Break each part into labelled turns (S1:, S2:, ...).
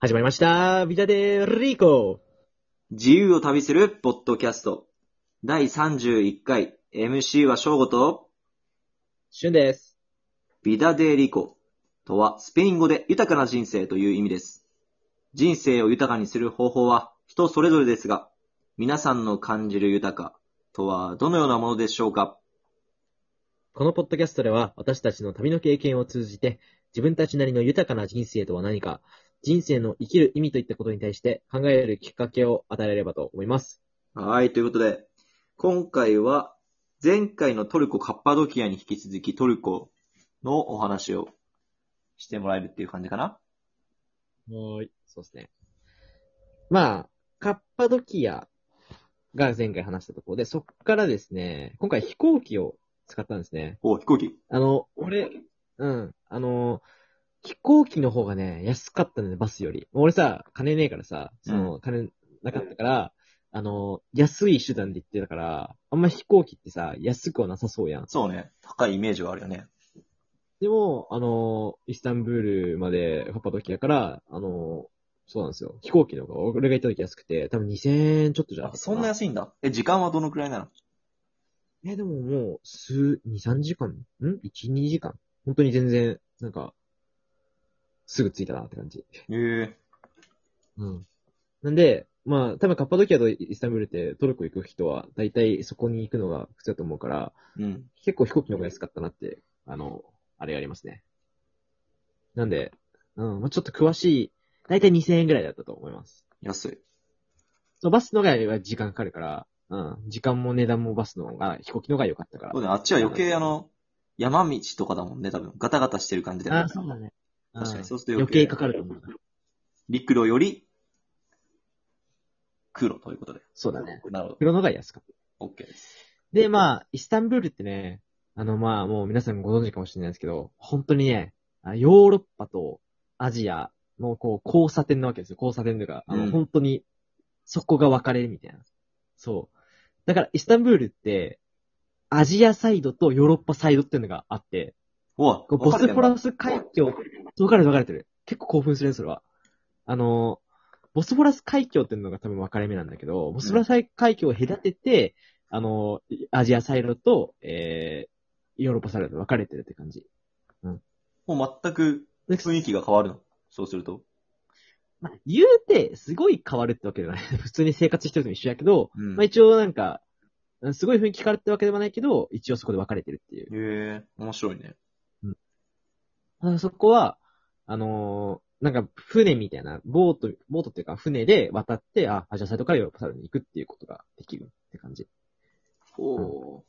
S1: 始まりました。ビタデリコ。
S2: 自由を旅するポッドキャスト。第31回、MC は正吾と、
S1: シュンです。
S2: ビダデリコとはスペイン語で豊かな人生という意味です。人生を豊かにする方法は人それぞれですが、皆さんの感じる豊かとはどのようなものでしょうか
S1: このポッドキャストでは私たちの旅の経験を通じて自分たちなりの豊かな人生とは何か、人生の生きる意味といったことに対して考えるきっかけを与えれればと思います。
S2: はい、ということで、今回は前回のトルコカッパドキアに引き続きトルコのお話をしてもらえるっていう感じかな
S1: はい。そうですね。まあ、カッパドキアが前回話したところで、そこからですね、今回飛行機を使ったんですね。
S2: お、飛行機。
S1: あの、俺、うん、あの、飛行機の方がね、安かったんだよね、バスより。俺さ、金ねえからさ、その、金なかったから、あの、安い手段で行ってたから、あんま飛行機ってさ、安くはなさそうやん。
S2: そうね。高いイメージはあるよね。
S1: でも、あの、イスタンブールまでパパ時だから、あの、そうなんですよ。飛行機の方が、俺が行った時安くて、多分2000円ちょっとじゃなか
S2: あ
S1: ったか
S2: そんな安いんだ。え、時間はどのくらいなの
S1: え、でももう、数、2、3時間ん ?1、2時間本当に全然、なんか、すぐ着いたなって感じ。
S2: ええ
S1: うん。なんで、まあ、多分カッパドキアとイスタンブールってトルコ行く人は、大体そこに行くのが普通だと思うから、
S2: うん。
S1: 結構飛行機の方が安かったなって、あの、あれがありますね。なんで、うん、まあ、ちょっと詳しい、大体2000円ぐらいだったと思います。
S2: 安い。
S1: そのバスの方が時間かかるから、うん、時間も値段もバスの方が、飛行機の方が良かったから
S2: そう。ね、あっちは余計あの、山道とかだもんね、多分。ガタガタしてる感じだよね。
S1: あ、そうだね。
S2: 確か
S1: うん
S2: に、そうすると
S1: 余計かかると思う。
S2: 陸路より、黒ということで。
S1: そうだね。
S2: なるほ
S1: 黒の方が安かった。
S2: ど。OK です。
S1: で、まあ、イスタンブールってね、あの、まあ、もう皆さんご存知かもしれないですけど、本当にね、あヨーロッパとアジアのこう、交差点なわけですよ。交差点というか、あの、
S2: うん
S1: 本当に、そこが分かれるみたいな。そう。だから、イスタンブールって、アジアサイドとヨーロッパサイドっていうのがあって、
S2: うわ、
S1: こうボスフォ
S2: ラ
S1: ラス海峡、分かれて分かれてる。結構興奮するね、それは。あの、ボスフォラス海峡っていうのが多分分かれ目なんだけど、ボスフォラス海峡を隔てて、あの、アジアサイドと、えー、ヨーロッパサイドで分かれてるって感じ。
S2: もう全く
S1: で
S2: 雰囲気が変わるの。そうすると。
S1: まあ、言うて、すごい変わるってわけじゃない。 普通に生活してると一緒やけど、
S2: うん
S1: まあ
S2: え
S1: 一応なんか、すごい雰囲気変わるってわけではないけど、一応そこで分かれてるっていう。
S2: え面白いね。
S1: あそこは、あのーなんか船みたいな、ボート、ボートっていうか船で渡って、あ、アジアサイドからヨーロッパサイドに行くっていうことができるって感じ。
S2: ほ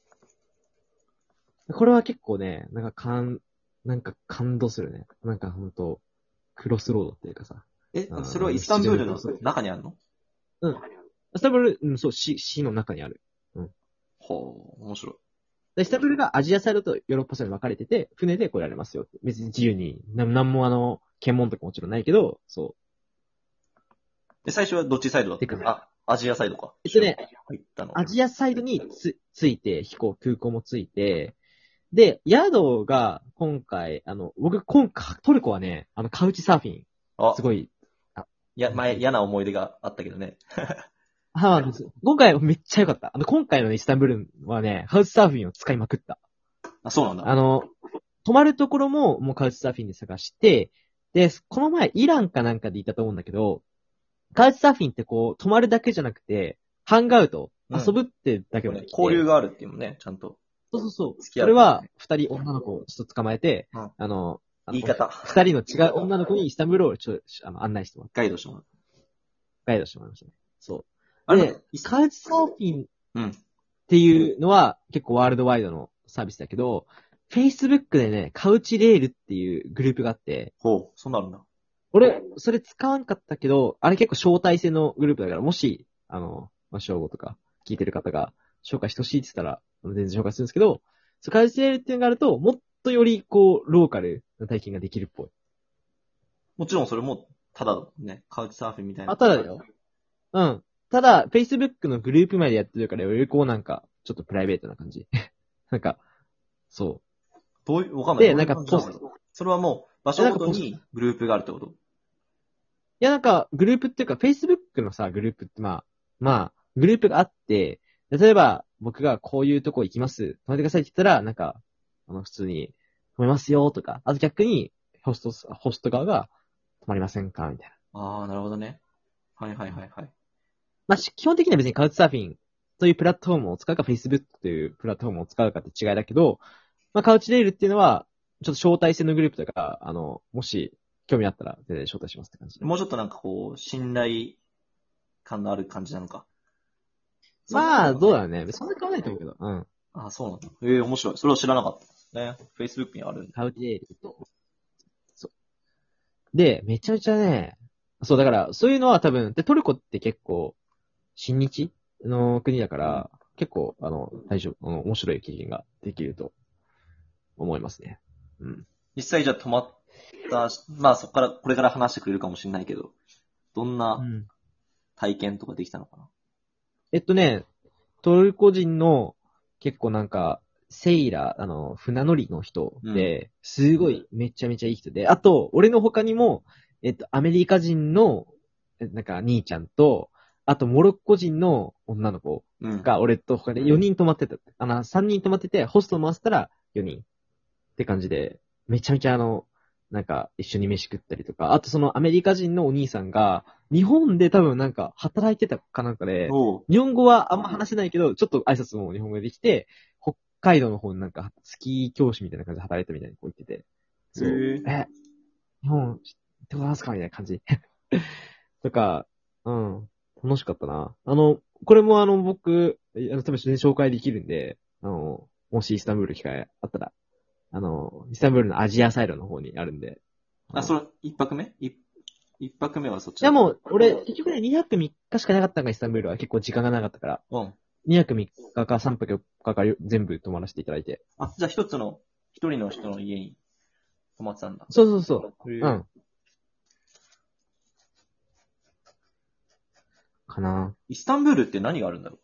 S2: う。
S1: これは結構ね、なんか感、なんか感動するね。なんかほんと、クロスロードっていうかさ。
S2: え
S1: あー、
S2: それはイスタンブールの中にあるの
S1: イスタンブール、うん、そう、市、市の中にある。
S2: ほう、面白い。
S1: でイスタンブールがアジアサイドとヨーロッパサイドに分かれてて、船で来られますよって。別に自由に、なんなんもあの、検問とかもちろんないけど、そう。
S2: え、最初はどっちサイドだった
S1: て
S2: の
S1: か
S2: あ、アジアサイドか。
S1: えっとね
S2: 入ったの。
S1: アジアサイドにつ、ついて、飛行、空港もついて、で、宿が、今回、あの、僕、今回、トルコはね、あの、カウチサーフィン、
S2: あ
S1: すごい、
S2: いや、前、嫌な思い出があったけどね。
S1: は今回めっちゃ良かった。あの、今回のイスタンブールはね、カウチサーフィンを使いまくった。
S2: あ、そうなんだ。
S1: あの、泊まるところも、もうカウチサーフィンで探して、で、この前、イランかなんかでいたと思うんだけど、カウチサーフィンってこう、泊まるだけじゃなくて、ハンガウト、
S2: うん
S1: 遊ぶってだけもできて、
S2: 交流があるっていうのね、ちゃんと。
S1: そうそうそう。
S2: 付き合
S1: そうれは、二人女の子をちょっと捕まえて、
S2: うん
S1: あの、あの
S2: 言い方。
S1: 二人の違う女の子にイスタンブールをちょあの案内してもらって、
S2: ガイドしてもらう。
S1: ガイドしてもらいましたね。そ
S2: あ
S1: う。
S2: れ
S1: で、、カウチサーフィンっ
S2: うん。
S1: ていうのは結構ワールドワイドのサービスだけど、Facebook でね、カウチレールっていうグループがあって、
S2: ほう、そうなるんだ。
S1: 俺、それ使わんかったけど、あれ結構招待制のグループだから、もし、あの、まあ、正吾とか聞いてる方が紹介してほしいって言ったら、あの全然紹介するんですけど、そうカウチレールっていうのがあると、もっとよりこう、ローカルな体験ができるっぽい。
S2: もちろんそれも、ただだもんね、カウチサーフィンみたいな。
S1: あ、ただだよ。。うん。ただ、Facebook のグループ内でやってるから、よりこうなんか、ちょっとプライベートな感じ。 なんか、そ
S2: どういう、わかん
S1: う。
S2: ない。
S1: で、なんか
S2: どういう
S1: ポ
S2: 感じ
S1: ス
S2: なのそれはもう、場所ごとにグループがあるってこと
S1: や、なんか、グループっていうか、Facebook のさ、グループって、まあ、まあ、グループがあって、例えば、僕がこういうとこ行きます。止めてくださいって言ったら、なんか、あの、普通に、止めますよとか、あと逆に、ホストす、ホスト側が、止まりませんかみたいな。
S2: ああ、なるほどね。はいはいはいはい。
S1: まあ、し基本的には別にカウチサーフィンというプラットフォームを使うか、Facebook というプラットフォームを使うかって違いだけど、まあ、カウチレールっていうのは、ちょっと招待制のグループとか、あの、もし、興味あったら、全然招待しますって感じ。
S2: もうちょっとなんかこう、信頼感のある感じなのか。
S1: まあ、どうだろ
S2: う
S1: うね。そんな変わらないと思うけど。うん。
S2: ああ、そうなんだ。ええ面白い。それは知らなかった。ね。Facebook にあるんだ。
S1: カウチレールと、そう。で、めちゃめちゃね、そう、だから、そういうのは多分、で、トルコって結構、親日の国だから、結構、あの、大丈夫、あの、面白い経験ができると、思いますね。うん。
S2: 実際じゃあ止まった、まあそこから、これから話してくれるかもしれないけど、どんな体験とかできたのかな。
S1: えっとね、トルコ人の、結構なんか、セイラー、あの、船乗りの人で、すごい、めちゃめちゃいい人で、あと、俺の他にも、えっと、アメリカ人の、えなんか、兄ちゃんと、あと、モロッコ人の女の子
S2: うん。
S1: が、俺と他で4人泊まってた。あの、3人泊まってて、ホスト回せたら4人。って感じで、めちゃめちゃあの、なんか、一緒に飯食ったりとか、あとそのアメリカ人のお兄さんが、日本で多分なんか、働いてたかなんかで、
S2: おう
S1: 日本語はあんま話せないけど、ちょっと挨拶も日本語でできて、北海道の方になんか、スキー教師みたいな感じで働いたみたいにこう言ってて。そう
S2: へえ
S1: え、日本、知ってますかみたいな感じ。 とか、うん、楽しかったな。あの、これもあの、僕、えあの、多分紹介できるんで、あの、もしイスタンブール機会あったら、あの、イスタンブールのアジアサイドの方にあるんで。
S2: あ、それ、一泊目一一泊目はそっち
S1: いやもう、俺、結局ね、2泊3日しかなかったんか、イスタンブールは。結構時間がなかったから。
S2: うん。
S1: 2泊3日か3泊4日か全部泊まらせていただいて。
S2: あ、じゃあ一つの、一人の人の家に泊まってたんだ。。
S1: そうそうそうう。うん。かな
S2: イスタンブールって何があるんだろう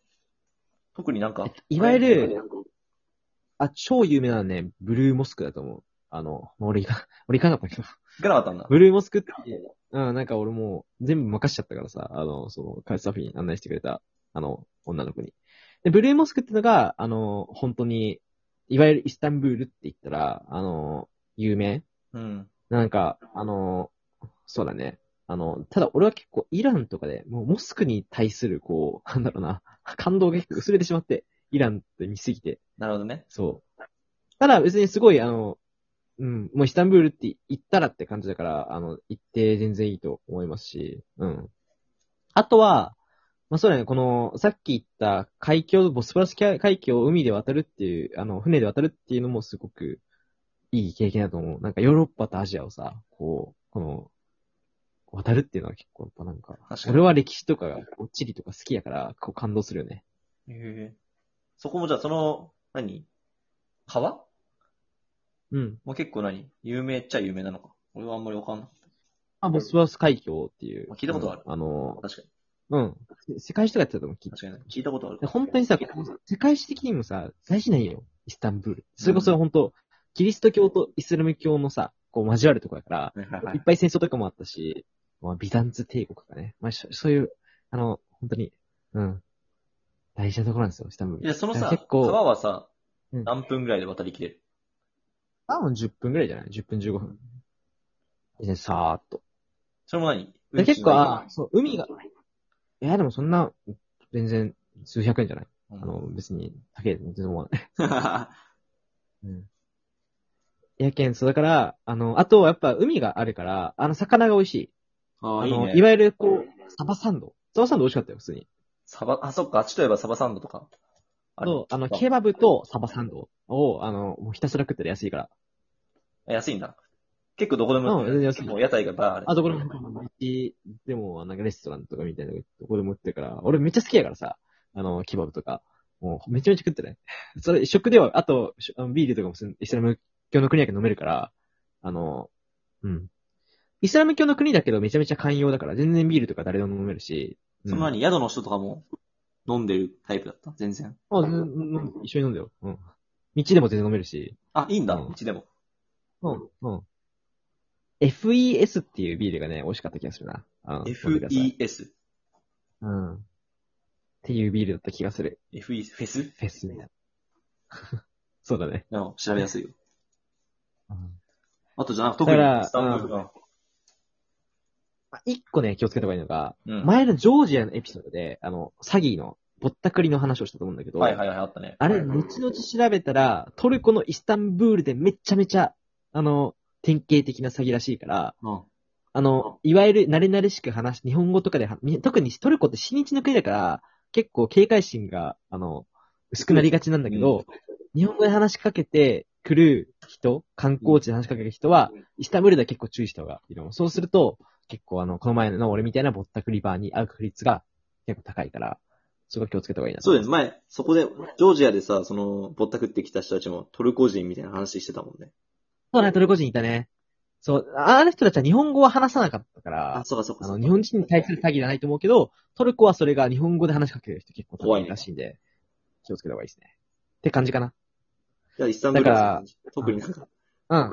S2: 特になんか。
S1: いわゆる、あ、超有名なのはね、ブルーモスクだと思う。あの、もう俺行 か、俺行かなかったけど。
S2: 行かなかったんだ。
S1: ブルーモスクって、うん、なんか俺もう全部任しちゃったからさ、あの、その、カイツサーフィン案内してくれた、あの、女の子に。で、ブルーモスクってのが、あの、本当に、いわゆるイスタンブールって言ったら、あの、有名
S2: うん。
S1: なんか、あの、そうだね。あの、ただ俺は結構イランとかで、もうモスクに対する、こう、なんだろうな、感動が結構薄れてしまって、イランって見すぎて、
S2: なるほどね。
S1: そう。ただ別にすごい、あの、うん、もうイスタンブールって行ったらって感じだから、あの、行って全然いいと思いますし、うん。あとは、まあ、そうだね、この、さっき言った海峡、ボスポラス海峡を海で渡るっていう、あの、船で渡るっていうのもすごくいい経験だと思う。なんかヨーロッパとアジアをさ、こう、この、渡るっていうのは結構やっぱなんか
S2: 確、かに
S1: 俺は歴史とかが、こう地理とか好きやから、こう感動するよね。
S2: へえそこもじゃあその、何川
S1: うん。
S2: もう結構何有名っちゃ有名なのか。俺はあんまりわかんなかっ
S1: あ、ボスポラス海峡っていう。
S2: まあ聞いたことある
S1: うんあの
S2: た。、確かに。
S1: うん。せ世界史とかやってたと思う、聞い
S2: 確かに。聞いたことある
S1: で。本当にさ、ここ世界史的にもさ、大事なんよ、イスタンブール。それこそ本当、キリスト教とイスラム教のさ、こう交わるとこだから、
S2: はいはいはい
S1: っ
S2: い。
S1: ぱい戦争とかもあったし、まあ、ビザンツ帝国とかね。まあ、しょそういう、あの、本当に、うん。大事なところなんですよ、イスタンブー
S2: い
S1: ル。
S2: や、その
S1: い
S2: さ
S1: や、結構
S2: 川はさ、
S1: うん
S2: 何分ぐらいで渡りきれる
S1: 多分10分ぐらいじゃない ?10 分15分。で、さーっと。
S2: それも何
S1: で結構、あ、そう、海が、いや、でもそんな、全然、数百円じゃない
S2: あ
S1: あの、別に、高い、全然思わない。うん。やけん、そうだから、あの、あと、やっぱ海があるから、あの、魚が美味しい。
S2: あ
S1: あ
S2: あ、いい
S1: の、
S2: ね。
S1: わゆる、こう、サバサンド。サバサンド美味しかったよ、普通に。
S2: サバ、あ、そっか、あっちといえばサバサンドとか。
S1: あ
S2: る
S1: と、あの、ケバブとサバサンドを、あの、もうひたすら食ったら安いから。
S2: 安いんだ。結構どこでも売って
S1: う
S2: る
S1: ん安い
S2: もう屋台がバーある
S1: あと、これも、道でも、なんかレストランとかみたいなとこでも売ってるから、俺めっちゃ好きやからさ、あの、ケバブとか。もう、めちゃめちゃ食ってね。 それ、食では、あと、しあのビールとかもすんイスラム教の国だけど飲めるから、あの、うん。イスラム教の国だけどめちゃめちゃ寛容だから、全然ビールとか誰でも飲めるし。うん
S2: その何宿の人とかも飲んでるタイプだった全然。
S1: あ、全然飲ん一緒に飲んだよ。うん。道でも全然飲めるし。
S2: あ、いいんだ、
S1: うん
S2: うちでも。
S1: うん。うん。 FES っていうビールがね、美味しかった気がするな。うん飲んでください
S2: FES。
S1: うん。っていうビールだった気がする。
S2: FES? フェス
S1: フェスみたいな。 そうだね。
S2: あ調べやすいよ。
S1: うん
S2: あとじゃなく特に
S1: だから
S2: スタンドとか。
S1: あ一個ね、気をつけた方がいいのが、
S2: うん。
S1: 前のジョージアのエピソードで、あの、詐欺の、ぼったくりの話をしたと思うんだけど、
S2: はいはいはい、あったね。
S1: あれ、
S2: はいはい
S1: 後々調べたら、トルコのイスタンブールでめちゃめちゃ、あの、典型的な詐欺らしいから、
S2: うん。
S1: あの、いわゆる慣れ慣れしく話し、日本語とかでは、み特にトルコって親日の国だから、結構警戒心が、あの、薄くなりがちなんだけど、日本語で話しかけてくる人、観光地で話しかける人は、イスタンブールでは結構注意した方がいいの。そうすると、結構あの、この前の俺みたいなぼったくりバーに会う確率が結構高いから、そこは気をつけた方がいいな。
S2: そうです。。前、そこで、ジョージアでさ、その、ぼったくってきた人たちもトルコ人みたいな話してたもんね。
S1: そうね、トルコ人いたね。そう、あの人たちは日本語は話さなかったから
S2: あ、、そうかそうか
S1: あ
S2: そう
S1: の、
S2: か。
S1: 日本人に対する詐欺じゃないと思うけど、トルコはそれが日本語で話しかける人結構高いらしいんで、気をつけた方がいいですね。って感じかな。
S2: じゃあ、イスタンブール
S1: だから
S2: は特になんか、
S1: うん。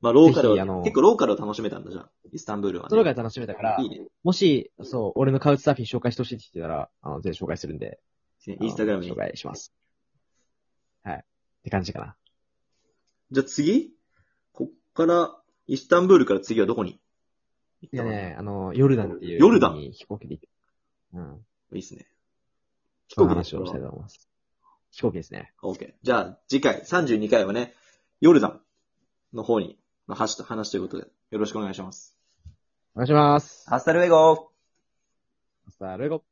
S2: まあ、ローカル
S1: ぜひあ
S2: は、
S1: の
S2: 結構ローカルを楽しめたんだ、じゃあ。イスタンブールはね。
S1: トルコが楽しめたから
S2: いい、ね。
S1: もし、そう、俺のカウチサーフィン紹介してほしいって言ってたら、あの、全然紹介するんで、
S2: インスタグラム
S1: あ
S2: に
S1: の紹。介します。はい。って感じかな。
S2: じゃあ次こっから、イスタンブールから次はどこに行
S1: い
S2: った
S1: や
S2: の
S1: ね、あの、ヨルダンっていう。
S2: ヨルダン
S1: に飛行機で行く。うん。
S2: いいっすね。飛
S1: そ
S2: 行
S1: の
S2: 機
S1: 話をしたいと思います。飛行機ですね。
S2: オッケー。じゃあ、次回、32回はね、ヨルダンの方に、まあ、話と、話ということで、よろしくお願いします。
S1: お願いします。
S2: ハッサルウェゴ
S1: さあ、ルイゴ。